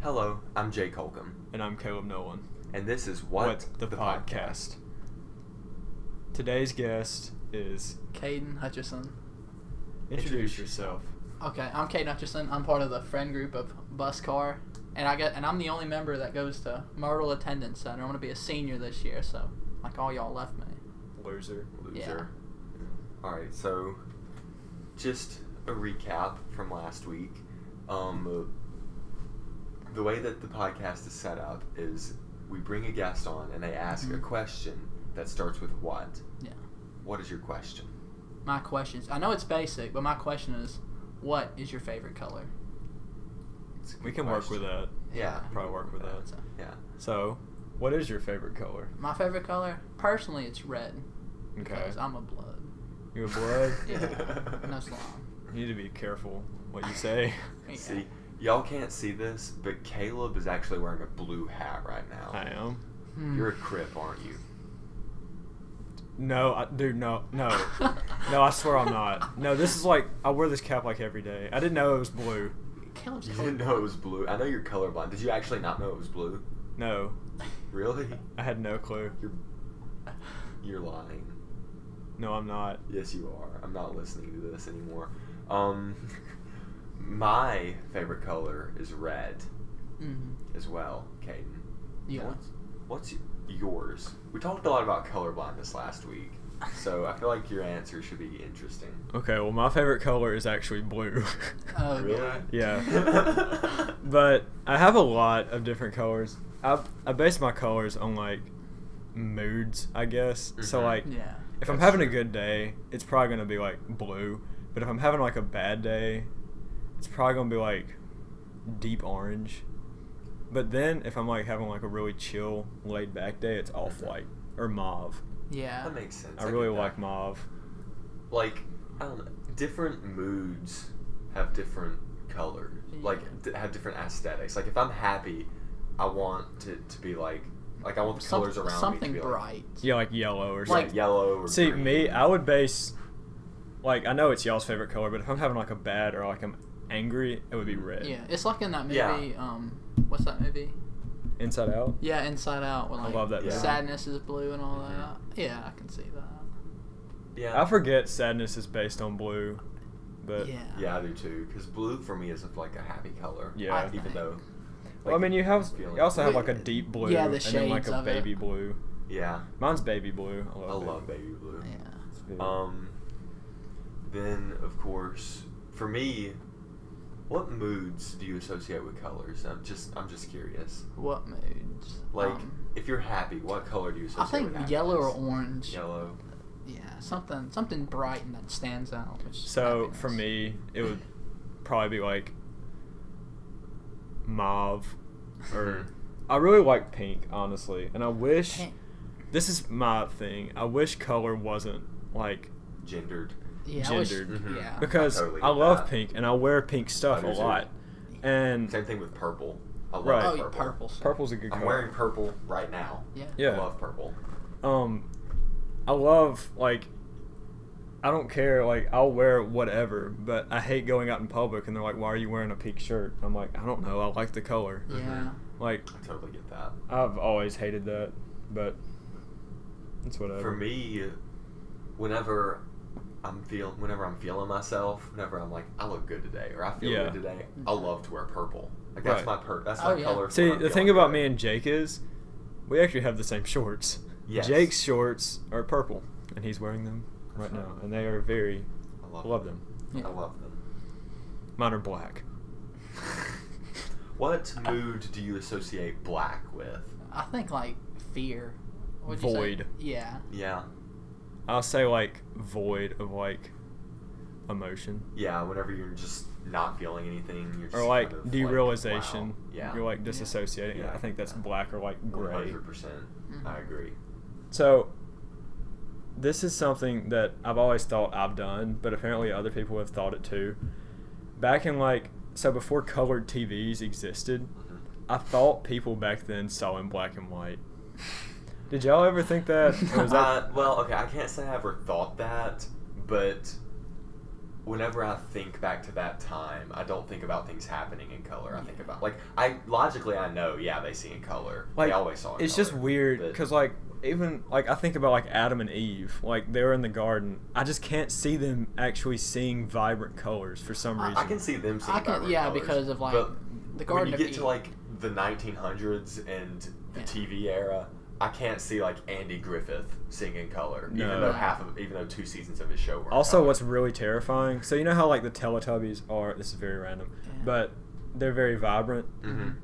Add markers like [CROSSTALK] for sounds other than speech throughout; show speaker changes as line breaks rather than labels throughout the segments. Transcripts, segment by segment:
Hello, I'm Jake Holcomb,
And I'm Caleb Nolan.
and this is What,
the, podcast. Today's guest is.
Caden Hutchison.
Introduce yourself.
Okay, I'm Caden Hutchison. I'm part of the friend group of Bus Car, and I get and I'm the only member that goes to Myrtle Attendance Center. I'm gonna be a senior this year, so like all y'all left me.
Loser.
Loser. Alright, so just a recap from last week. Um, the way that the podcast is set up is we bring a guest on and they ask a
Mm-hmm.
Mhm.
question that starts with what?
Yeah.
What is your question?
My questions. I know it's basic, but my question is, what is your favorite color?
It's a good
We can work with
question.
that.
Yeah.
Probably work with that.
So,
Yeah.
So, what is your favorite color?
my favorite color, personally, it's red.
Okay.
Because I'm a blood.
You're a blood.
[LAUGHS]
[LAUGHS]
Yeah. No slime.
You need to be careful what you say.
[LAUGHS]
[LAUGHS]
Yeah.
See, y'all can't see this, but Caleb is actually wearing a blue hat right now.
I am.
Hmm.
You're a crip, aren't you?
No, I, dude, no,
[LAUGHS]
no. No, I swear I'm not. No, this is like, I wear this cap like every day. I didn't know it was blue.
Caleb's
You
color.
didn't know it
[LAUGHS]
was blue. I know you're colorblind. Did you actually not know it was blue?
No,
Really?
I had no clue.
You're you're lying.
No, I'm not.
Yes, you are. I'm not listening to this anymore. Um, [LAUGHS] my favorite color is red
Mhm.
as well, Caden.
Yeah.
What's, what's y- yours? We talked a lot about colorblindness last
[LAUGHS]
week, so I feel like your answer should be interesting.
Okay, well, my favorite color is actually blue.
[LAUGHS] Oh,
really?
God. [LAUGHS]
[LAUGHS]
Yeah. but I have a lot of different colors. I I base my colors on like moods, I guess. So
Mhm.
like,
Yeah.
if I'm
That's
having a
true.
good day, it's probably gonna be like blue. But if I'm having like a bad day, it's probably gonna be like deep orange. But then if I'm like having like a really chill, laid back day, it's off
Mhm.
white or mauve.
Yeah.
that makes sense.
I really
get that.
like mauve.
like I don't know, different moods have different color, like d- have different aesthetics. Like if I'm happy, I want to, to be like like I want the
Some-
colors around
something
me to be like,
bright.
Yeah, like yellow or
yeah,
something.
Like-
yellow. Or
See,
green.
me, I would base, like, I know it's y'all's favorite color, but if I'm having like a bad or like I'm angry, it would be red.
Yeah, it's like in that movie.
Yeah.
Um, what's that movie?
Inside Out.
Yeah, Inside Out. Where,
I
like,
love that
Yeah. movie.
Sadness is blue and all
Mhm.
that. Yeah, I can see that.
yeah,
I forget sadness is based on blue, but
yeah.
yeah, I do too. Because blue for me is like a happy color.
Yeah.
I
even
think.
though.
well, I mean, you have you also have like a deep blue
Yeah, the
and then like
shades
a
of it.
baby blue.
Yeah,
Mine's baby blue. I
I
love,
love baby blue.
Yeah.
It's baby-
Um, then of course, for me, what moods do you associate with colors? I'm just I'm just curious.
What moods?
Like,
Um,
if you're happy, what color do you
I
associate
think
with happiness?
yellow or orange.
Yellow.
Yeah, something something bright and that stands out. Which is
so
happiness.
for me, it would probably be like mauve,
Mhm.
or I really like pink, honestly, and I wish.
Pink.
This is my thing. I wish color wasn't like
Gendered.
yeah, Oh, I wish-
gendered.
Mhm.
yeah.
because I,
totally get
love
that.
pink and I wear pink stuff
I
a
do too.
lot. And
Same thing with purple. I love
Right.
oh,
purple.
yeah, purple. so-
purple's a good
I'm
color.
wearing purple right now.
Yeah.
Yeah.
I love purple.
um, I love like I don't care like I'll wear whatever, but I hate going out in public and they're like, "Why are you wearing a pink shirt?" I'm like, "I don't know. I like the color."
Yeah.
Like
I totally get that.
I've always hated that, but it's whatever.
For me, whenever I'm feel whenever I'm feeling myself, whenever I'm like, I look good today or I feel
Yeah.
good today, I love to wear purple. Like that's
Right.
my per that's my
Oh, yeah.
color. for
See,
when I'm
the
feeling
thing about
good.
me and Jake is we actually have the same shorts.
Yes.
Jake's shorts are purple, and he's wearing them right
That's
now,
right.
and they are very.
I
I
love,
love
them.
them.
Yeah.
I love them. [LAUGHS]
Mine are black.
What mood do you associate black with?
I think like fear. Would
Void.
You say? Yeah.
Yeah.
I'll say like void of like emotion
Yeah, whenever you're just not feeling anything, you're just
or like
kind of
derealization.
Like, wow. Yeah,
You're like
Yeah.
disassociating.
Yeah.
I think that's black or like
one
gray.
hundred percent.
Mhm.
I agree.
So this is something that I've always thought I've done, but apparently other people have thought it too. Back in like so before colored TVs existed,
Mhm.
I thought people back then saw in black and white. Did y'all ever think
[LAUGHS]
that? Or was that
Uh, well, okay, I can't say I ever thought that, but whenever I think back to that time, I don't think about things happening in color. I think about like I logically I know, yeah, they see in color.
Like,
they always saw. In
it's just
color,
weird
but-
because like even like I think about like Adam and Eve, like they were in the garden. I just can't see them actually seeing vibrant colors for some
I-
reason.
I can see them seeing
I can-
vibrant
yeah,
colors,
because of, like,
but
the Garden
When you get
of Eden.
to like the 1900s and the
Yeah.
TV era, I can't see like Andy Griffith singing color, even
No.
though half of even though two seasons of his show were in
Also,
color.
what's really terrifying? So you know how like the Teletubbies are. This is very random,
Yeah.
but they're very vibrant.
Mhm.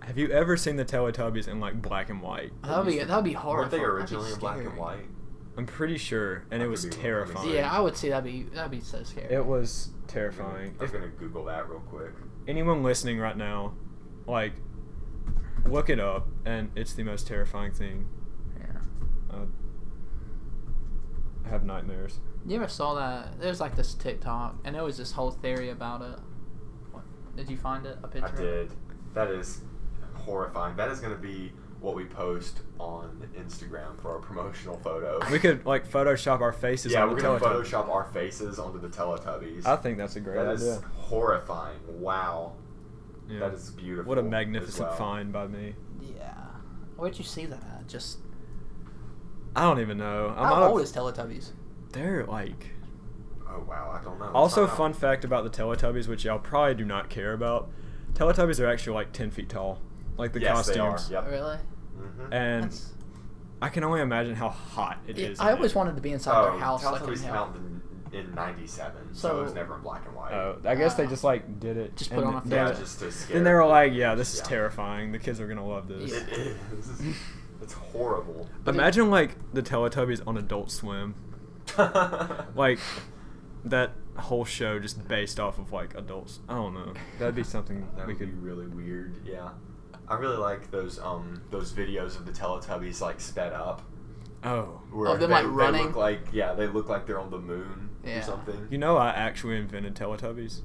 Have you ever seen the Teletubbies in like black and white?
That would be that would be hard.
weren't they originally in black and white?
I'm pretty sure, and
I
it
could
was
be wrong.
terrifying.
Yeah, I would say that'd be that'd be so scary.
it was
I'm gonna-
terrifying.
I'm
If
gonna Google that real quick.
anyone listening right now, like, look it up, and it's the most terrifying thing.
yeah.
Uh, I have nightmares.
You ever saw that? There's like this TikTok, and there was this whole theory about it. What, did you find it? A picture?
I
of it?
did. That is horrifying. That is gonna be what we post on Instagram for our promotional photo.
We could like Photoshop our faces.
yeah,
on
we're
the
gonna
Teletubbies.
Photoshop our faces onto the Teletubbies.
I think that's a great
That is
idea.
horrifying. Wow.
Yeah.
That is beautiful.
What a
as
magnificent
well.
find by me.
Yeah. Where'd you see that? At? Just
I don't even know. I'm
how
not
old
a,
is Teletubbies?
they're like.
Oh wow, I don't know. It's
Also,
not out.
fun fact about the Teletubbies, which y'all probably do not care about. Teletubbies are actually like ten feet tall, like the
yes,
costumes.
They are. Yep.
Really?
Mhm.
And
That's-
I can only imagine how hot it
Yeah,
is.
I
in
always
it.
wanted to be inside
oh,
their house. Like,
Teletubbies
in
came
hell.
out in, in '97, so, it was
So-
never in black and white.
Oh, I guess they
Ah.
just like did it.
Just
and
put on a
th-
yeah,
yeah.
just to scare.
Then they were
people.
like, "Yeah, this is
Yeah.
terrifying. The kids are gonna love this."
Yeah.
It is. [LAUGHS] It's horrible. [LAUGHS]
But it-
Imagine like the Teletubbies on Adult Swim, like that whole show just based off of like adults. I don't know. That'd be something
That
we
would be
could.
really weird. Yeah, I really like those um those videos of the Teletubbies like sped up.
Oh,
Where
Of them,
they,
like,
they
running?
look like yeah, they look like they're on the moon
Yeah.
or something.
you know I actually invented Teletubbies.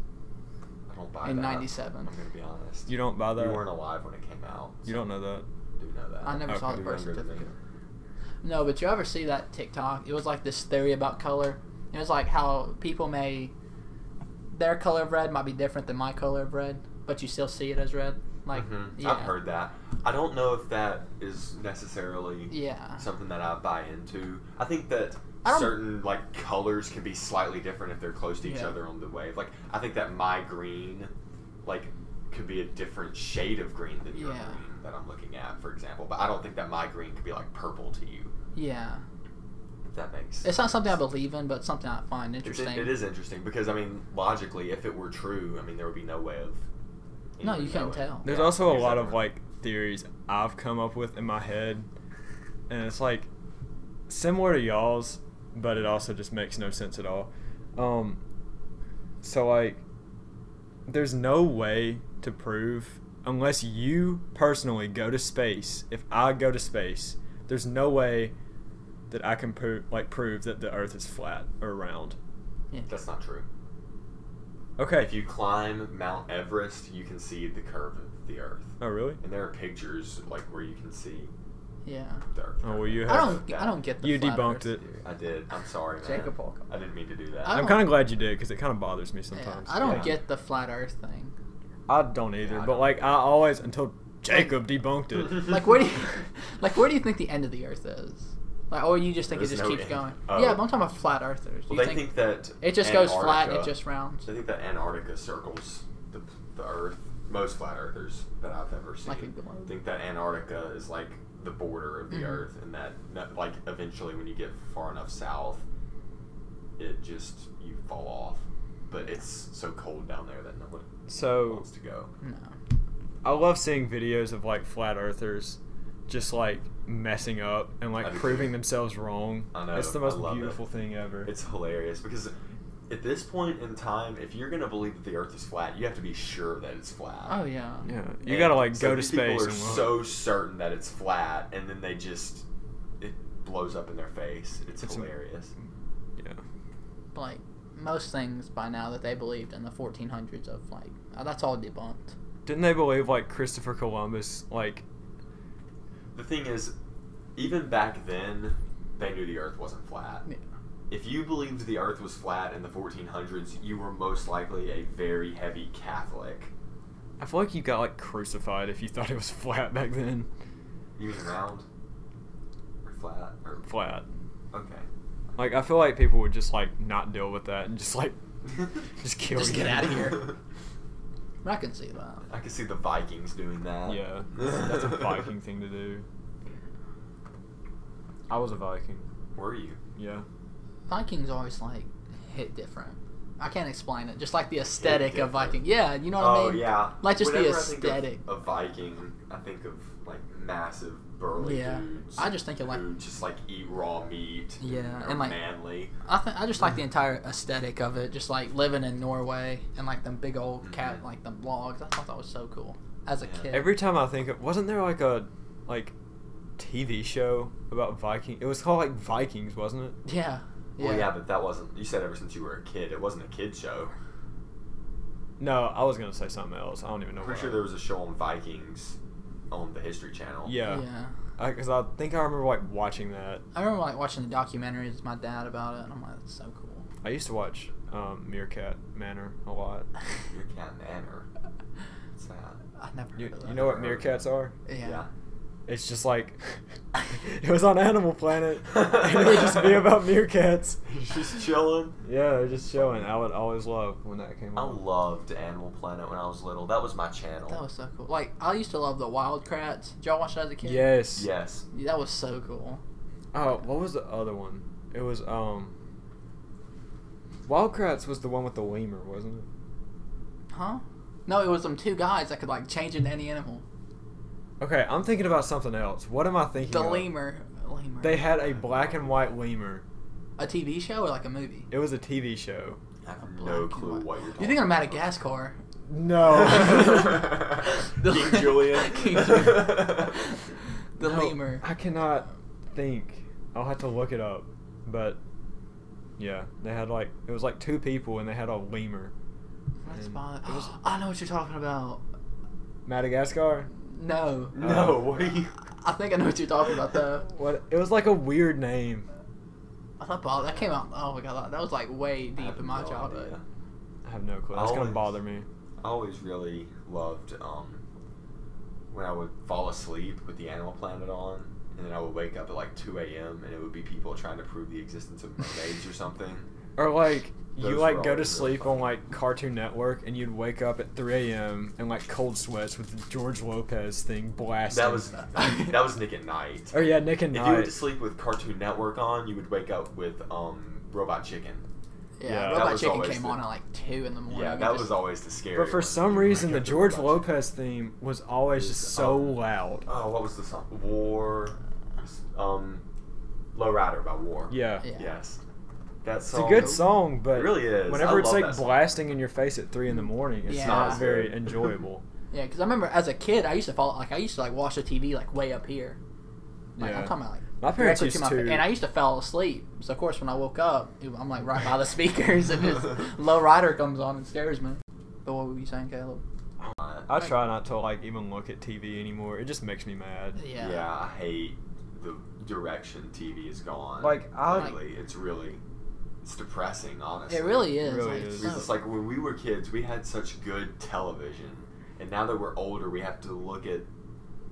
I don't buy
In
that.
97.
I'm gonna be honest.
You don't buy that.
You weren't alive when it came out.
You don't know that.
do know that.
I never saw
Okay.
the
You're
birth
Oh, younger than me.
certificate. No, but you ever see that TikTok? It was like this theory about color. It was like how people may their color of red might be different than my color of red, but you still see it as red. Like
Mhm.
yeah,
I've heard that. I don't know if that is necessarily
Yeah.
something that I buy into. I think that
I don't-
certain like colors can be slightly different if they're close to each
Yeah.
other on the wave. Like I think that my green, like, could be a different shade of green than your
Yeah.
green that I'm looking at, for example. But I don't think that my green could be like purple to you.
Yeah.
If that makes
It's not something I believe in, but something I find
It's-
interesting.
it is interesting because I mean logically, if it were true, I mean there would be no way of.
No,
anyone
you couldn't
knowing.
tell.
There's
Yeah,
also a lot
exactly.
of like theories I've come up with in my head, and it's like similar to y'all's, but it also just makes no sense at all. Um, so like, there's no way to prove unless you personally go to space. If I go to space, there's no way that I can prove like prove that the Earth is flat or round.
Yeah.
That's not true.
Okay.
If you climb Mount Everest, you can see the curve of the Earth,
oh really?
and there are pictures like where you can see
Yeah.
the Earth.
Oh well, you
I
have.
don't. I don't get the
you
flat
debunked
earth
it.
theory.
I did. I'm sorry, man.
Jacob Holcomb.
I didn't mean to do that.
I
I'm
don't-
kind of glad you did because it kind of bothers me
Yeah,
sometimes.
I don't
Yeah.
get the flat Earth thing.
I don't either,
Yeah, I
but
don't.
like I always until Jacob debunked it.
Like where do you, [LAUGHS] like where do you think the end of the Earth is? Like, or you just think
There's
it just
no
keeps
end.
going?
Oh.
Yeah, but I'm talking about flat Earthers.
Well,
you
they think, that
it just goes flat? It
Antarctica-
just rounds.
I think that Antarctica circles the, the Earth. Most flat earthers that I've ever seen
Like a globe.
think that Antarctica is like the border of the
Mhm.
Earth, and that, that like eventually when you get far enough south, it just you fall off. But it's so cold down there that no one
So
wants to go.
No.
I love seeing videos of like flat earthers just like messing up and
I
like
do too.
proving themselves wrong.
I know,
It's the
I
most
love it.
beautiful thing ever.
It's hilarious because at this point in time, if you're gonna believe that the Earth is flat, you have to be sure that it's flat.
Oh yeah.
yeah, you
And
gotta like
so
go to
these people
space
Are
and look.
so certain that it's flat, and then they just it blows up in their face. It's,
It's a-
hilarious.
yeah.
Like most things by now that they believed in the 1400s of like uh, that's all debunked.
Didn't they believe like Christopher Columbus like
The thing is, even back then, they knew the Earth wasn't flat.
Yeah.
If you believed the Earth was flat in the 1400s, you were most likely a very heavy Catholic.
I feel like you got like crucified if you thought it was flat back then.
You mean round or flat or
Flat.
okay? [LAUGHS]
Like I feel like people would just like not deal with that and just like Just kill
Just
you.
get outta here. I can see that.
[LAUGHS] I can see the Vikings doing that.
yeah,
[LAUGHS]
that's a Viking thing to do. I was a Viking.
Were you?
Yeah.
Vikings always like hit different. I can't explain it. Just like the aesthetic of
different.
Viking. Yeah, you know what
oh
I mean.
yeah.
Like, just the
Whenever I think of
aesthetic.
A Viking, I think of like massive burly
Yeah.
dudes.
I just think of, like-
who just like eat raw meat.
Yeah,
are
and, like-
manly.
I think I just like the entire aesthetic of it. Just like living in Norway and like them big old cat
Mhm.
like them logs. I thought that was so cool as a
Yeah.
kid.
Every time I think of, wasn't there like a like TV show about Viking? It was called like Vikings, wasn't it?
yeah. Yeah.
Well, yeah, but that wasn't. You said ever since you were a kid, it wasn't a kid show.
No, I was gonna say something else. I don't even know.
I'm
what
pretty sure
I-
there was a show on Vikings on the History Channel.
Yeah, because I, think I remember like watching that.
I remember like watching the documentaries with my dad about it, and I'm like, that's so cool.
I used to watch um, Meerkat Manor a lot.
Your cat manor. What's that?
I never.
You,
heard of
you
that.
know what meerkats are?
Uh, Yeah.
It's just like [LAUGHS] it was on Animal Planet. and it would just be about meerkats.
He's just chilling.
Yeah, they're just showing. I would always love when that came
I
on.
loved Animal Planet when I was little. That was my channel.
That was so cool. Like I used to love the Wild Kratts. Did y'all watch that as a kid?
Yes.
yes.
That was so cool.
Oh, what was the other one? It was um. Wildcrats was the one with the lemur, wasn't it?
Huh? No, it was them two guys that could like change into any animal.
Okay, I'm thinking about something else. What am I thinking?
The
of?
lemur. Lemur.
They had a black and white lemur.
a TV show or like a movie?
It was a TV show.
I have
Black
no
and
clue
white.
what you're talking
You think I'm
about. Oh.
Madagascar?
[LAUGHS] No.
[LAUGHS]
[LAUGHS]
The-
King Julian.
King
[LAUGHS]
Julian. The
No,
lemur.
I cannot think. I'll have to look it up. But yeah, they had like it was like two people and they had a lemur.
That's
And
fine.
it [GASPS] was-
I know what you're talking about.
Madagascar.
No.
no, what are you?
I think I know what you're talking about though.
What? It was like a weird name.
I thought about that came out. Oh my god, that, that was like way
I
deep
have
in my
no
childhood.
idea.
I have no clue. That's gonna
Always.
bother me.
I always really loved um, when I would fall asleep with the Animal Planet on, and then I would wake up at like 2 a.m. and it would be people trying to prove the existence
[LAUGHS]
of mermaids or something.
Or like you
Those
like
were
go to
always really
sleep on like Cartoon Network and you'd wake up at 3 a.m. and like cold sweats with the George Lopez thing blasting.
That was [LAUGHS] that was Nick at Night.
Or yeah, Nick and
If you went
Knight.
to sleep with Cartoon Network on, you would wake up with um, Robot Chicken.
Yeah,
Yeah.
That
Robot
was
Chicken
always
came
the-
on at like two in the morning.
Yeah,
It
that
just-
was always the scary.
But for
one.
some
You wake
reason,
up
the
with
George
Robot Chicken.
Lopez theme was always
Is,
just so
um,
loud.
Oh, what was the song? War. Um, Low Rider by War.
Yeah.
Yeah.
Yes. That
It's a
song.
good song, but
It really is.
whenever
I
it's
love
like
that song.
blasting in your face at three in the morning, it's
Yeah.
not
It's
very
good.
enjoyable.
Yeah, because I remember as a kid, I used to follow, like, I used to, like, watch the TV, like, way up here. [LAUGHS] Like,
Yeah.
I'm talking about, like,
My parents
directly
used
to my fa-
to-
And I used to fall asleep. So, of course, when I woke up, it- I'm, like, right
[LAUGHS]
by the speakers, and this low rider comes on and scares me. But what were you saying, Caleb?
Uh,
I try not to like even look at TV anymore. It just makes me mad.
Yeah. I hate the direction TV has gone.
Like, I-
lately. it's really, it's depressing, honestly.
It really is.
Really
like,
is.
Because it's
so-
like when we were kids, we had such good television, and now that we're older, we have to look at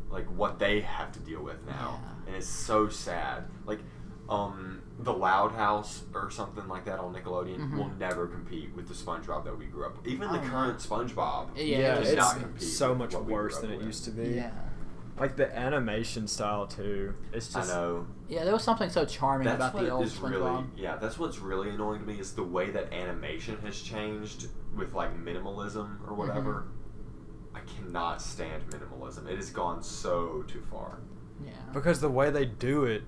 like what they have to deal with now,
Yeah.
and it's so sad. Like, um, the Loud House or something like that on Nickelodeon
Mhm.
will never compete with the SpongeBob that we grew up. with. Even the
Oh, no.
current SpongeBob.
Yeah,
it
it's
does not compete
so
with
much
what we grew
worse
up
than it
with.
used to be.
yeah.
Like the animation style too. It's
I
just
know.
Yeah, there was something so charming
That's
about
what
the old
is really
SpongeBob.
yeah. That's what's really annoying to me is the way that animation has changed with like minimalism
Mm-hmm.
or whatever. I cannot stand minimalism. It has gone so too far.
Yeah.
because the way they do it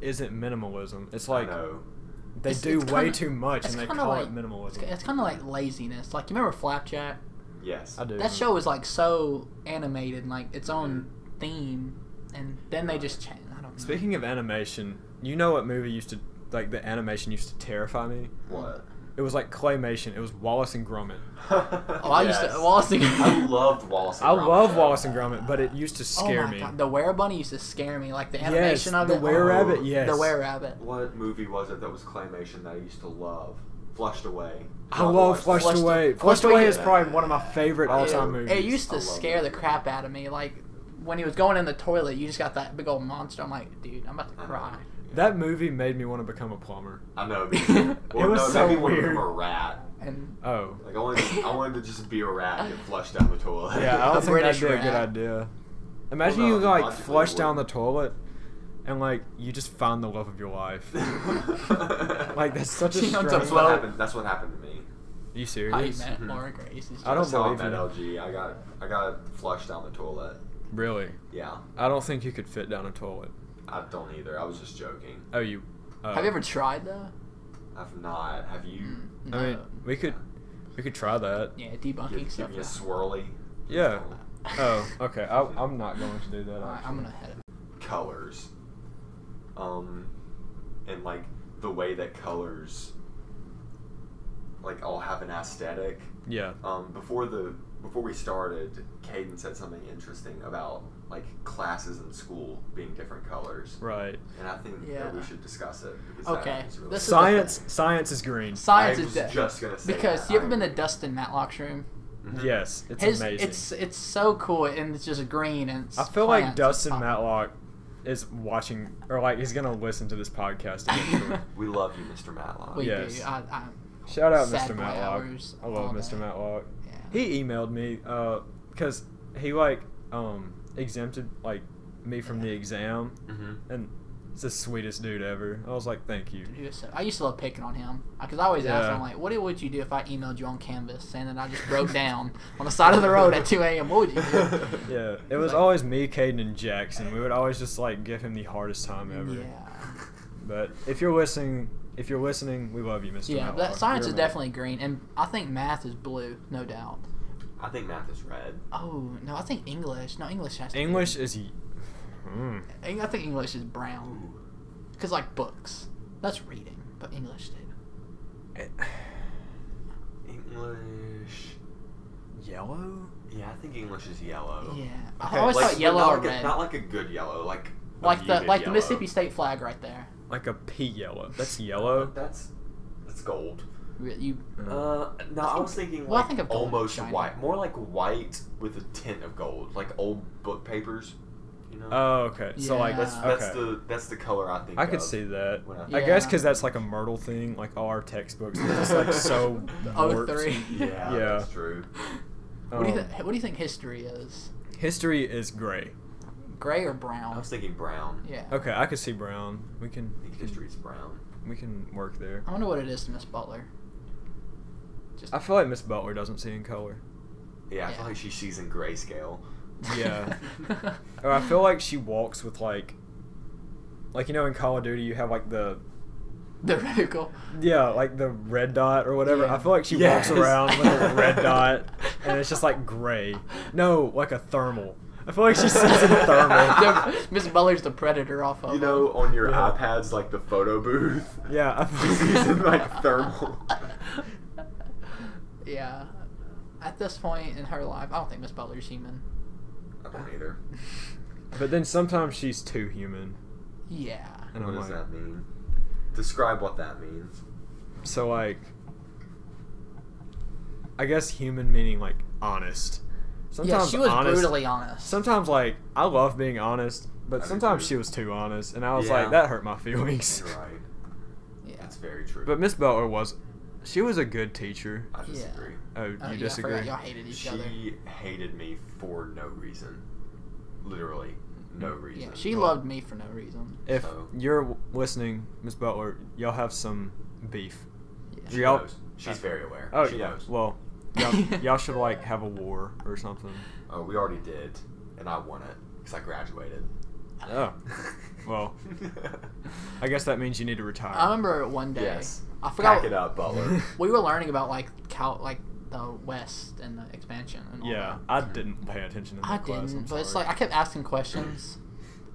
isn't minimalism. It's like
I know.
they
It's-
do
it's
way
kinda-
too much
it's
and they
kinda
call
like-
it minimalism.
It's, it's kind of like laziness. Like, you remember Flapjack?
Yes.
I do.
That show was like so animated, and, like its own theme, and then they just changed. I don't know.
Speaking of animation, you know what movie used to like the animation used to terrify me?
What?
It was like claymation. It was Wallace and Gromit.
[LAUGHS]
Oh, I used to- Wallace and-
I loved Wallace. And
I
Gromit.
love Wallace and Gromit, but it used to scare
oh my
me.
god, the were bunny used to scare me. Like the
yes,
animation of
the
it.
were rabbit.
Oh.
Yes,
The were rabbit.
What movie was it that was claymation that I used to love? Flushed Away.
I love
Flushed.
Flushed,
Flushed-
Away.
Flushed
Flushed
Away
Away
is-
is probably one of my favorite all-time
Ew.
movies.
It used
I
to
love
scare
it.
the crap out of me. Like when he was going in the toilet, you just got that big old monster. I'm like, dude, I'm about to
Uh-huh.
I know.
cry.
That movie made me want to become a plumber.
I know. me too. Well,
[LAUGHS] It was
no,
so
maybe one of them
weird.
were a rat.
And
Oh,
Like I wanted, I wanted to just be a rat and get flushed down the
[LAUGHS]
toilet.
yeah, I
A
don't think
British
that'd be a good
rat.
idea. Imagine
Well, no,
you like
logically it
flush down the
wouldn't.
toilet, and like you just find the love of your life. [LAUGHS] like that's such
[LAUGHS]
a
She owns
strange.
a
That's what happened. That's what happened to me.
[LAUGHS] you
how you
serious?
met
Mhm.
Laura Grace is
I don't
That's how I
believe
met
you.
LG. I got, I got flushed down the toilet.
Really?
Yeah,
I don't think you could fit down a toilet.
I don't either. I was just joking.
Oh, you. Oh.
Have you ever tried though? Mm,
I've not. Have you?
Mm-hmm. I mean, we could, we could try that.
yeah, debunking
Give, give
stuff.
me a swirly. Um,
Yeah. [LAUGHS] Oh,
[LAUGHS]
okay. I, I'm not going to do that.
Alright,
actually.
I'm gonna head it.
Colors. Um, and like the way that colors, like all have an aesthetic.
Yeah.
um, before the before we started, Caden said something interesting about like classes in school being different colors,
Right.
and I think
Yeah.
that we should discuss it. Because
Okay,
that is really
this is-
Science. Science is green.
Science
I
is
was
dead.
just gonna say
Because
that.
you ever been
I-
to Dustin Matlock's room?
Mhm.
Yes, it's
His
amazing.
it's it's so cool and it's just green and. It's
I feel
plants
like
and
Dustin
pop-
Matlock is watching, or like he's gonna listen to this podcast. [LAUGHS] Eventually.
We love you, Mr. Matlock.
We
Yes.
do. I, I,
Shout out,
Sad
Mr.
boy
Matlock.
hours
I love
all
Mr.
day.
Matlock.
yeah.
He emailed me because he like um exempted like me from the exam,
hmm
and it's the sweetest dude ever. I was like, thank you.
Dude, he was so- I used to love picking on him because I always asked
Yeah.
him like, "What would you do if I emailed you on Canvas saying that I just broke [LAUGHS] down on the side of the road at 2 a.m.? What
[LAUGHS]
would you do?"
Yeah, it was
Like-
always me, Caden, and Jackson. We would always just like give him the hardest time ever.
Yeah,
But if you're listening, if you're listening, we love you, Mr.
yeah.
Matlock.
But that science
You're
is
amazing.
definitely green, and I think math is blue, no doubt.
[LAUGHS] I think math is red.
Oh no, I think English. No, English has to be-
English is. y- Hmm.
Eng- I think English is brown because like books, that's reading, but English too.
English.
Yellow.
Yeah, I think English is yellow.
Yeah,
Okay,
I always
Oh. like,
thought yellow
not
or
like
red,
A, not like a good yellow, like a
like the
muted
like the
yellow.
Mississippi State flag right there.
Like a pea yellow.
[LAUGHS]
That's yellow. Hmm.
That's that's gold.
Re-
[LAUGHS]
You
Uh, no, I,
think-
was thinking like
well, I think of gold in
almost
China.
white, more like white with a tint of gold, like old book papers. You know,
Oh, okay. So like
that's
yeah.
that's
okay.
the that's the color I think.
I could
of
see that.
When I
I guess
Yeah.
because that's like a Myrtle thing. Like all our textbooks are just like
[LAUGHS]
so. warped.
03.
Yeah,
Yeah.
that's true.
What do you
Um,
think? What do you think history is?
History is gray.
Gray or
I
brown?
was thinking brown.
Yeah.
Okay, I could see brown. We can.
I think history is brown.
We can work there.
I wonder what it is to Miss Butler. Just
I feel like Miss Butler doesn't see in color.
Yeah, I
Yeah.
feel like she sees in grayscale. [LAUGHS]
Yeah. Or I feel like she walks with like. Like you know, in Call of Duty, you have like the
[LAUGHS] the reticle.
yeah, like the red dot or whatever.
Yeah.
I feel like she
Yes.
walks around with a red dot, and it's just like gray. No, like a thermal. I feel [LAUGHS] like she sees in
[LAUGHS]
thermal.
The- Miss Butler's the predator off of.
You know, on your
Yeah.
iPads, like the photo booth.
Yeah,
[LAUGHS]
I
she sees in like thermal.
yeah. At this point in her life, I don't think Miss Butler's human.
I don't
[LAUGHS]
either.
But then sometimes she's too human,
Yeah.
and
what
I'm
does
like,
that mean? Describe what that means.
so like, I guess human meaning like honest. Sometimes
yeah, she was
honest,
brutally honest.
Sometimes like I love being honest,
I
but
do
sometimes
too.
she was too honest, and I was
Yeah.
like that hurt my feelings.
You're right.
yeah.
That's very true.
But Miss Butler was, she was a good teacher.
I
Yeah.
disagree.
Oh, you
Oh, yeah, I
disagree?
forgot y'all hated each
She
other.
hated me for no reason. Literally, no reason.
Yeah, she loved me for no reason.
If
So-
you're w- listening, Miss Butler, y'all have some beef.
She
y'all-
knows. She's very aware.
Oh,
she
yeah.
knows.
Well,
[LAUGHS]
y'all, y'all should like have a war or something.
Oh, we already did, and I won it because I graduated.
Oh, [LAUGHS]
[LAUGHS]
Well. I guess that means you need to retire.
I remember one day.
yes.
I forgot.
Pack it up, Butler.
Um, [LAUGHS] We were learning about like Cal, like the West and the expansion and all
yeah,
that.
I didn't pay attention to that
I
class.
didn't,
I'm
but it's
sorry.
like I kept asking questions,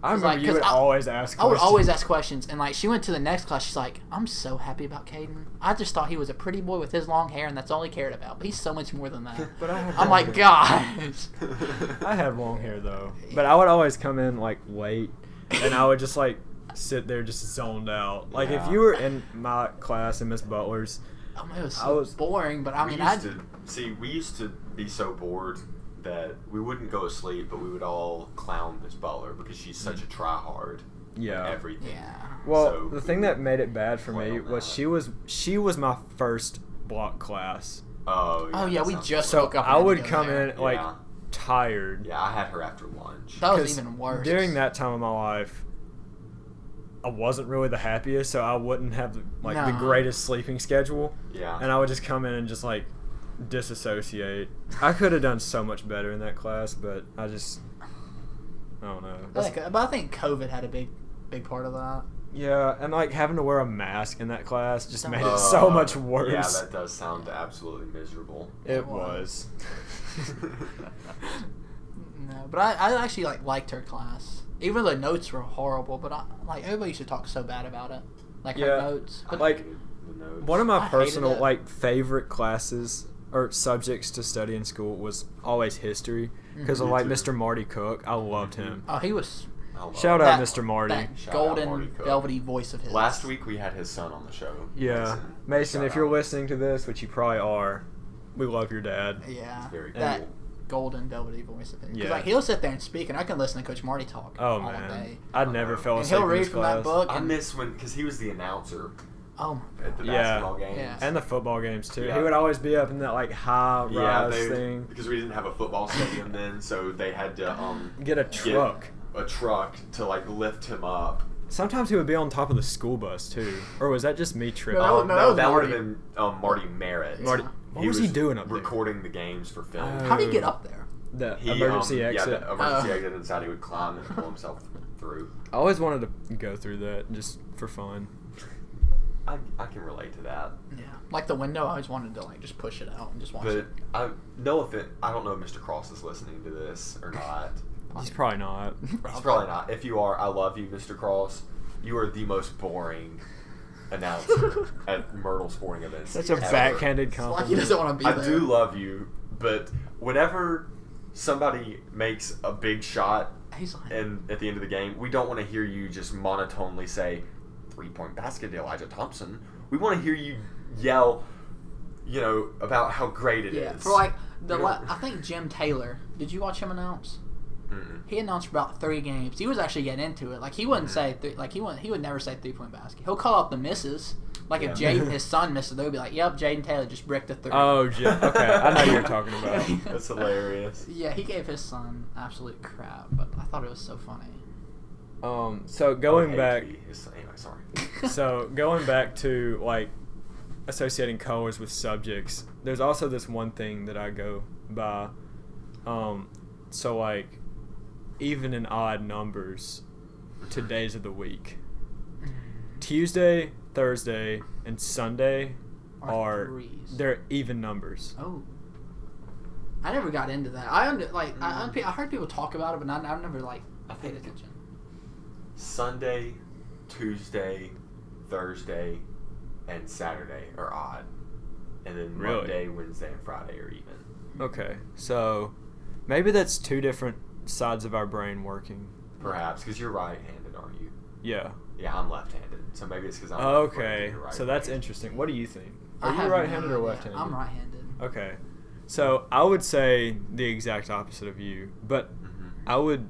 I
'Cause,
remember
like,
you
'cause
would
I-
always ask.
I would
Questions.
always ask questions, and like she went to the next class, she's like, "I'm so happy about Caden. I just thought he was a pretty boy with his long hair, and that's all he cared about. But he's so much more
[LAUGHS]
than that."
But I have
I'm like, gosh.
[LAUGHS]
I had long hair though, but I would always come in like late, and I would just like sit there just zoned out. Like
Yeah.
if you were in my class in Miss Butler's,
Oh, it was so
I was-
boring, but I mean,
we
I
used to see. We used to be so bored that we wouldn't go to sleep, but we would all clown Miss Butler because she's such a tryhard.
yeah.
at everything.
yeah.
well,
so
the thing that made it bad for me
Well, no.
was she was she was my first block class,
Oh. Yeah,
Oh yeah,
that
we
sounds
just
right.
so
woke up.
I
and
would
go
come
there.
in like
Yeah.
tired.
Yeah, I had her after lunch.
That was
'Cause
Oh, even worse.
During that time of my life, I wasn't really the happiest, so I wouldn't have like the
Nah.
greatest sleeping schedule,
yeah.
and I would just come in and just like disassociate. I could have done so much better in that class, but I just I don't know.
I think, but I think COVID had a big, big part
[LAUGHS]
of that.
yeah, and like having to wear a mask in that class just
Don't-
made
Uh,
it so much
Yeah,
worse.
that does sound absolutely miserable.
it
[LAUGHS]
[LAUGHS]
was.
No, but I, I actually like liked her class, even though the notes were horrible. But I like everybody used to talk so bad about it, like
Yeah.
her notes. But
Like,
The notes.
One of
I
my
hated
personal
it.
like favorite classes or subjects to study in school was always history because
Mhm.
I like
Me too. Mm-hmm.
Mr. Marty Cook. I loved him.
oh, he was
Hello.
Shout out
That-
Mr. uh, Marty.
that
Shout out
golden
Marty Cook.
velvety voice of his.
Last week we had his son on the show.
yeah,
Mason.
Mason,
Shout
if you're
out.
listening to this, which you probably are, we love your dad.
Yeah,
Very
that
cool.
golden velvety voice of his. 'Cause,
Yeah.
like he'll sit there and speak, and I can listen to Coach Marty talk
Oh
all
man,
day.
I never fell
And he'll
asleep in
read
his
from
class.
that book.
I
And,
miss when because he was the announcer
oh my
at
god.
the
Yeah.
basketball games.
Yeah.
And the football games too. He
Yeah.
would always be up in that like high rise
yeah, they,
thing.
because we didn't have a football stadium then, so they had to um
Get a truck.
a truck to like lift him up.
Sometimes he would be on top of the school bus too. Or was Oh, that just me tripping?
No,
um,
no,
no,
that was
that would have
Marty.
been um, Marty Merritt.
Marty-
what was he doing up there?
Recording the games for film.
Oh.
How do you get up there?
The
He, um,
emergency exit.
Yeah, the emergency
Oh.
exit inside. He would climb and pull himself through.
I always wanted to go through that just for fun.
I, I can relate to that.
Yeah, like the window. I always wanted to like just push it out and just watch
But
it.
I no offense. I don't know if Mr. Cross is listening to this or
[LAUGHS]
not.
He's probably not.
He's probably not. If you are, I love you, Mr. Cross. You are the most boring
[LAUGHS]
announcer at Myrtle Sporting Events.
Such
a
a
ever.
backhanded
It's like he
compliment.
doesn't want to be
I do
there.
love you, but whenever somebody makes a big shot
He's like,
and at the end of the game, we don't want to hear you just monotonely say three point basket to Elijah Thompson. We want to hear you yell, you know, about how great it is.
yeah, for like the
You
la-
don't-
I think Jim Taylor. Did you watch him announce?
Mm-mm.
He announced about three games. He was actually getting into it. Like he wouldn't say three, like he wouldn't he would never say three point basket. He'll call out the misses. Like
[LAUGHS]
if
Yeah.
Jaden his son misses, they'll be like, "Yep, Jaden Taylor just bricked the three.
Oh, yeah. Okay, I know you're
[LAUGHS]
talking about.
That's hilarious.
Yeah, he gave his son absolute crap, but I thought it was so funny.
Um, so going
Oh,
back,
HP. It's- Anyway, sorry.
[LAUGHS]
so going back to like associating colors with subjects. There's also this one thing that I go by. Um, so like even and odd numbers to days of the week.
Mm.
Tuesday, Thursday, and Sunday
Or
are
threes.
they're even numbers.
Oh, I never got into that. I under, like I,
Mm.
unpe- I heard people talk about it, but I, I've never like
I
paid
think
attention.
Sunday, Tuesday, Thursday, and Saturday are odd, and then
Really?
Monday, Wednesday, and Friday are even.
Okay, so maybe that's two different sides of our brain working.
Perhaps because you're right-handed, aren't you?
Yeah.
Yeah, I'm left-handed, so maybe it's because I'm.
Okay, so that's
interesting.
interesting. What do you think?
I
Are
have
you
no
right-handed or
idea.
left-handed?
I'm right-handed.
Okay, so I would say the exact opposite of you, but
Mm-hmm.
I would,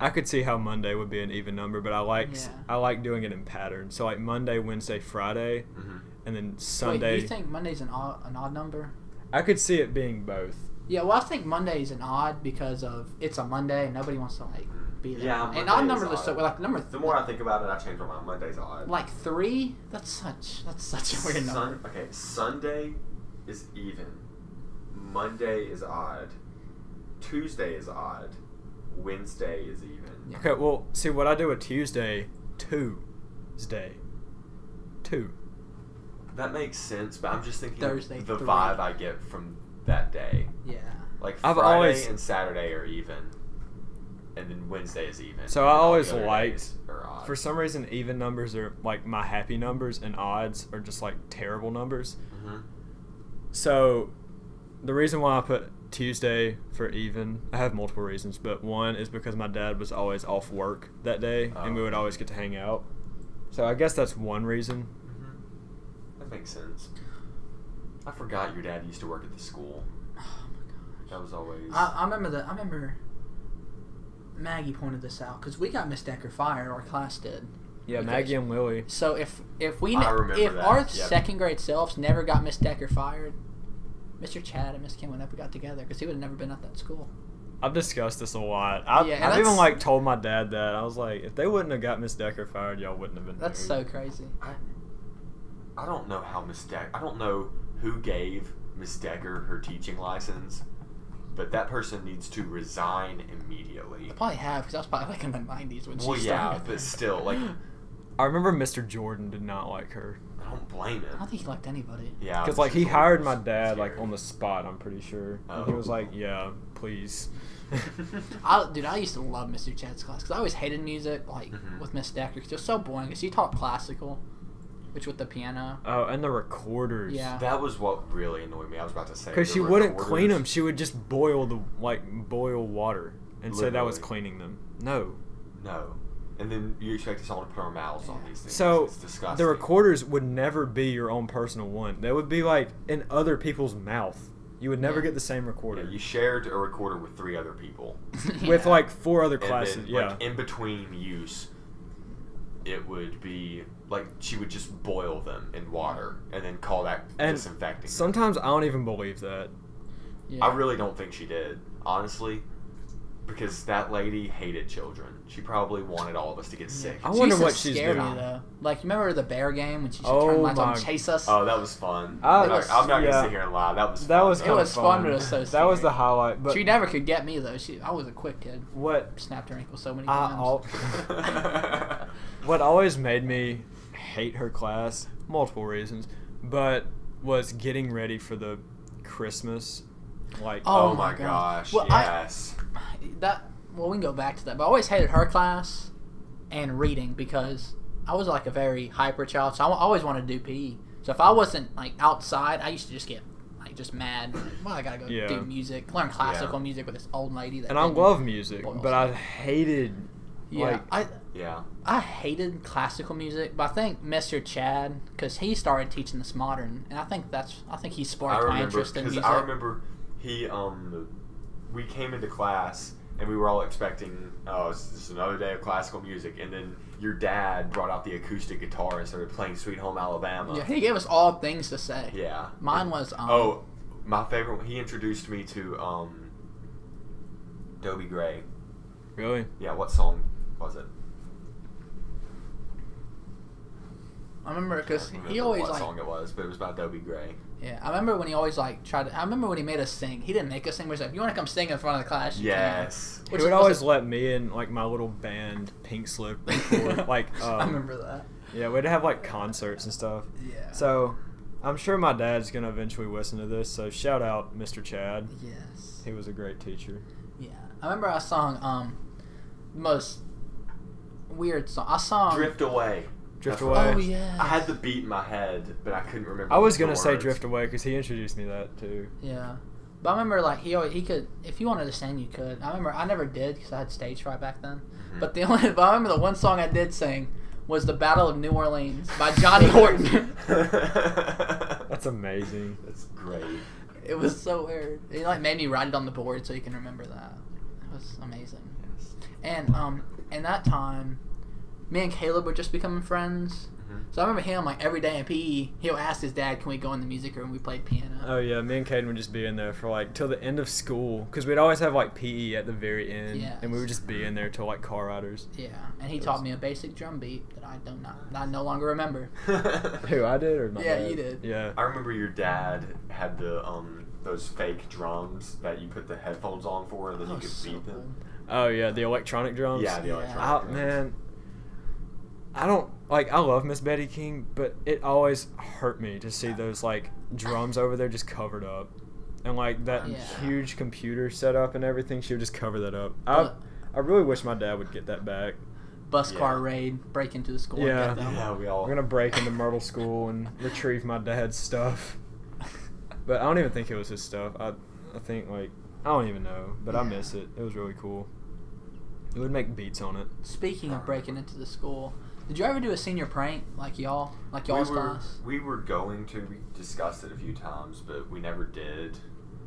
I could see how Monday would be an even number, but I like s-
Yeah.
I like doing it in pattern. So like Monday, Wednesday, Friday,
Mm-hmm.
and then Sunday.
Wait, you think Monday's an odd, an odd number?
I could see it being both.
Yeah, well, I think Monday's an odd because of it's a Monday and nobody wants to like be there.
Yeah,
and
Monday
odd
is
numbers are so
odd.
like number
The more I think about it, I change my mind. Monday's odd.
like three. That's such that's such a weird number.
Sun- okay, Sunday is even. Monday is odd. Tuesday is odd. Wednesday is even.
Yeah.
Okay, well, see what I do with Tuesday, Tuesday, two.
That makes sense, but I'm just thinking
Thursday,
the
three.
vibe I get from that day.
Yeah,
Like
I've
Friday
always-
and Saturday are even. and then Wednesday is even.
So
and
I
all the
always
other
liked-
days are odd.
For some reason, even numbers are like my happy numbers, and odds are just like terrible numbers.
Mhm.
So, the reason why I put Tuesday for even, I have multiple reasons, but one is because my dad was always off work that day, and we
Oh.
would always get to hang out. So I guess that's one reason.
Mhm. That makes sense. I forgot your dad used to work at the school.
Oh my
That was always.
I, I remember that. I remember Maggie pointed this out because we got Miss Decker fired. Our class did.
Yeah,
Because-
Maggie and Willie.
So if if we
I
ne-
remember
if
that,
our
yep.
second grade selves never got Miss Decker fired, Mr. Chad and Miss Kim would never got together because he would have never been at that school.
I've discussed this a lot. I,
Yeah, and
I've even
that's-
like told my dad that I was like, if they wouldn't have got Miss Decker fired, y'all wouldn't have been.
That's so
married."
crazy.
I, I don't know how Miss Decker. I don't know who gave Miss Decker her teaching license, but that person needs to resign immediately.
I probably have because I was probably like in the nineties when she
Well, yeah,
started.
but still, like-
I remember Mr. Jordan did not like her
I don't blame
I don't
him.
think he liked anybody.
Yeah,
because
Mr.
like he
Jordan
hired
was
my dad like
scared.
on the spot. I'm pretty sure. And he
Oh.
was like, yeah,
[LAUGHS]
please.
I, dude, I used to love Mr. Chad's class because I always hated music, like
Mhm.
with Miss Decker, because it was so boring. Because she taught classical, which with the piano. [LAUGHS]
Oh, and the recorders.
Yeah.
That was what really annoyed me. I was about to say
Because
the
she wouldn't clean them.
recorders.
She would just boil the like boil water and say that was
Literally.
cleaning them. No,
No, and then you expect us all to put our mouths on these things.
so
it's disgusting.
the recorders would never be your own personal one. They would be like in other people's mouth. You would never
Yeah.
get the same
Yeah,
recorder
you
[LAUGHS]
shared a recorder with three other people.
with
Yeah.
like four other
And
classes.
then,
yeah,
like in between use, it would be like she would just boil them in water and then call that
And
disinfecting. them.
sometimes I don't even believe that.
yeah.
I really don't think she did, honestly, because that lady hated children. She probably wanted all of us to get sick.
I
She
wonder
used to
what she's
scare
doing.
Me, though. Like, you remember the bear game when she used to
Oh
turn lights on
my-
and chase us?
Oh, that was fun.
I-
I'm not, I'm not
Yeah.
gonna sit here and lie. That was
That
fun,
was
though.
kind
was
of
fun, but it was so
that was
scary.
the highlight. But
she never could get me though. She, I was a quick kid.
what
Snapped her ankle so many
I
times.
al-
[LAUGHS]
[LAUGHS]
[LAUGHS]
What always made me hate her class, multiple reasons, but was getting ready for the Christmas, like
Oh,
Oh
my
my gosh.
gosh!
Well, I-
yes.
that well, we can go back to that. But I always hated her class and reading because I was like a very hyper child, so I always wanted to do PE. So if I wasn't like outside, I used to just get like just mad. Like, well, I gotta go
Yeah.
do music, learn classical music with this old lady. That
and I
didn't-
love music,
Boils.
but I hated
Yeah,
like-
I
yeah.
I hated classical music, but I think Mr. Chad, because he started teaching this modern, and I think that's I think he
I
sparked my
remember
interest in
because
music.
I remember he um we came into class and we were all expecting oh it's just another day of classical music and then your dad brought out the acoustic guitar and started playing Sweet Home Alabama.
yeah, he gave us all things to say.
uh, Yeah.
Mine was um,
Oh, my favorite. one- He introduced me to um Dobie Gray.
really.
Yeah, what song was it?
I remember
I
because
don't remember
he always
what
like
song it was, but it was by Dobie Gray.
Yeah, I remember when he always like tried. To, I remember when he made us sing. He didn't make us sing. But he's like, "If you want to come sing in front of the class?" You
Yes.
Can.
He would always let me and like my little band Pink
[LAUGHS]
Slip record, like um,
I remember that.
yeah, we'd have like concerts and stuff.
Yeah.
So I'm sure my dad's gonna eventually listen to this. So shout out Mr. Chad,
Yes.
he was a great teacher.
Yeah, I remember I sung um, the most weird song. I sung.
Drift Away.
Drift
That's
away.
what-
Um, Oh yeah.
I had the beat in my head, but I couldn't remember.
I was
the
gonna say
words.
Drift Away because he introduced me to that too.
Yeah, but I remember like he always, he could if you wanted to sing you could. I remember I never did because I had stage fright back then.
Mhm.
But the [LAUGHS] only but I remember the one song I did sing was the Battle of New Orleans
[LAUGHS]
by Johnny Horton.
That's
That's
amazing.
That's great.
It was so weird. He like made me write it on the board so you can remember that. It was amazing.
Yes.
And um, in that time, me and Caleb were just becoming friends.
Mhm.
So I remember him like every day in PE, he'll ask his dad, "Can we go in the music room?" We played piano.
Oh yeah, me and Caden would just be in there for like till the end of school because we'd always have like PE at the very end, and we would just be in there till like car riders.
Yeah, and he taught me a basic drum beat that I do not, that I no
[LAUGHS]
longer remember.
[LAUGHS] Who I did or my
Yeah,
dad?
you did.
Yeah,
I remember your dad had the um those fake drums that you put the headphones on for and then
Oh,
you could
so
beat
cool.
them.
oh yeah, the electronic drums.
Yeah, the
Yeah.
electronic
I,
drums.
man, I don't like. I love Miss Betty King, but it always hurt me to see those like drums over there just covered up, and like that
Yeah.
huge computer setup and everything. She would just cover that up. I,
But-
I really wish my dad would get that back.
Bus car
Yeah.
raid, break into the school.
Yeah.
And get them.
Yeah, we all.
I'm Oh, gonna break into Myrtle School and retrieve my dad's stuff. But I don't even think it was his stuff. I, I think like I don't even know. But I
Yeah.
miss it. It was really cool. It would make beats on it.
Speaking of breaking into the school, did you ever do a senior prank like y'all, like
we
y'all's
were,
class?
we were going to. We discussed it a few times, but we never did,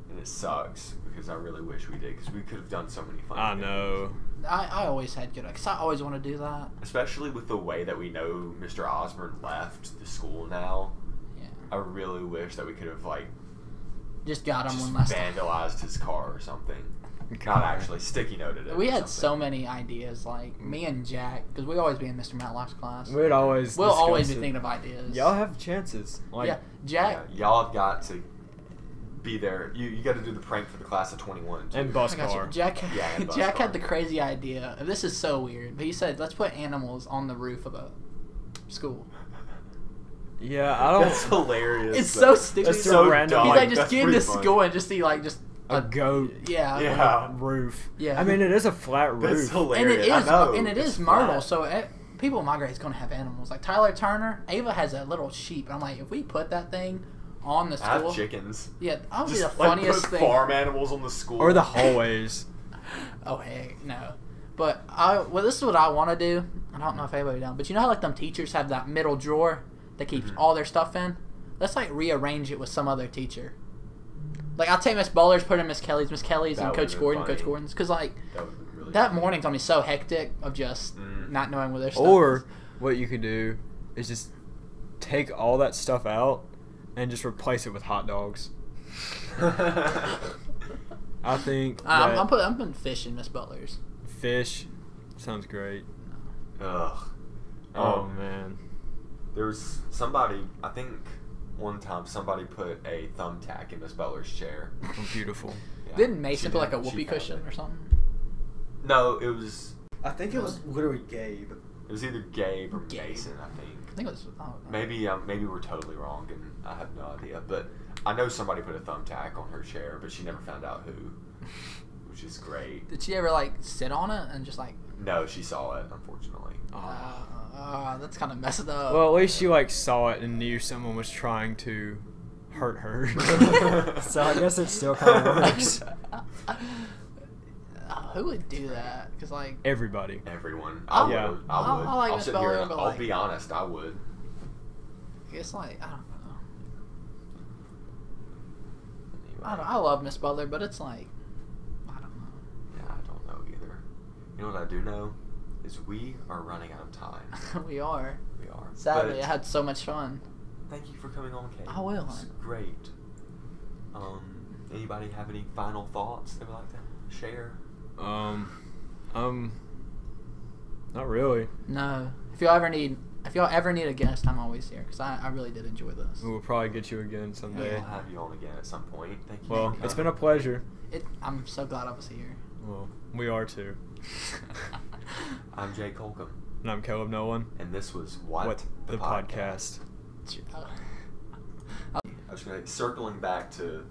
and it sucks because I really wish we did because we could have done so many fun.
I
things.
know.
I, I always had good because I always want to do that.
Especially with the way that we know Mr. Osborne left the school now,
Yeah,
I really wish that we could have like
just got him
just
one last time.
vandalized his car or something.
God.
Not actually sticky noted it.
We
or
had so
something.
many ideas, like me and Jack, because we always be in Mr. Matlock's class.
We'd always.
We'll always be
discuss it.
thinking of ideas.
Y'all have chances. Like
yeah, Jack.
Yeah, y'all have got to be there. You you got to do the prank for the class of twenty one.
and bus
I got you.
car.
Jack,
Yeah, and bus
[LAUGHS] Jack
car.
had the crazy idea. This is so weird. But he said, let's put animals on the roof of a school.
[LAUGHS]
Yeah, I don't.
[LAUGHS] That's hilarious.
It's
though.
so stupid.
Oh. That's
He's
so
like-
random. Oh,
He's like,
that's
just get
pretty
into
funny.
school and just see, like, just.
a goat.
Yeah.
Yeah.
Roof.
Yeah.
I mean, it is a flat
That's
roof.
And it
hilarious.
is,
I know.
and it
It's
is Myrtle,
flat.
so eh, people in my grade is gonna have animals. Like Tyler Turner, Ava has a little sheep, and I'm like, if we put that thing on the
I have
school,
chickens.
yeah, that would be
Just
the
like,
funniest
put
thing.
farm animals on the school.
or the hallways.
Oh heck no. But I well this is what I wanna do. I don't know if anybody done, but you know how like them teachers have that middle drawer that keeps
Mm-hmm.
all their stuff in? Let's like rearrange it with some other teacher. Like I'll take Miss Bowler's, put in Miss Kelly's, Miss Kelly's,
That
and
would've
Coach
been
Gordon,
funny.
Coach Gordon's, because like
That would be really
that
funny.
morning's gonna be so hectic of just
Mm.
not knowing where their stuff.
or
is.
what you could do is just take all that stuff out and just replace it with hot dogs. I
[LAUGHS]
think
I-
that
Um, I'm, I'm putting I'm putting fish in Miss Butler's.
fish sounds great.
Ugh.
Oh
Um,
man.
There was somebody. I think one time somebody put a thumbtack in Miss Butler's chair.
Oh, beautiful.
Yeah,
Didn't
she
Mason put like
did.
a
She
whoopee
found
cushion
it.
or something?
No, it was
I think
it was
literally Gabe.
it was either Gabe or
Gabe.
Mason. I think.
I think it was I don't know.
Maybe um, maybe we're totally wrong, and I have no idea. But I know somebody put a thumbtack on her chair, but she never found out who, which is great.
Did she ever like sit on it and just like
No, she saw it, unfortunately.
uh, uh, that's kind of messed up.
Well, at
[LAUGHS]
least [LAUGHS] you like saw it and knew someone was trying to hurt her.
[LAUGHS]
so I guess it still kind of works.
Uh, who would do that? Because like,
Everybody.
Everyone, I
I'll-
would,
Yeah.
I
I'll-
would.
I like
I'll
Miss
sit here.
Bowling,
and
but
I'll
like-
be honest, I would.
it's like I don't know.
Anyway,
I, don't, I love Miss Butler, but it's like I don't know.
yeah, I don't know either. You know what I do know is we are running out of time.
[LAUGHS] we are
We are.
sadly.
But
I had so much fun.
Thank you for coming on, Kate.
I will.
It's great. Um, anybody have any final thoughts they would like to share?
Um, um, not really.
No, if y'all ever need, if y'all ever need a guest, I'm always here because I, I really did enjoy this.
We'll probably get you again someday.
We'll have you on again at some point. Thank you.
Well,
for
it's been
coming.
a pleasure.
It, I'm so glad I was here.
Well, we are too.
[LAUGHS]
[LAUGHS]
I'm Jay Colcom,
And I'm Caleb Nolan.
and this was what,
What the, podcast.
Ch- uh,
I was gonna circling back to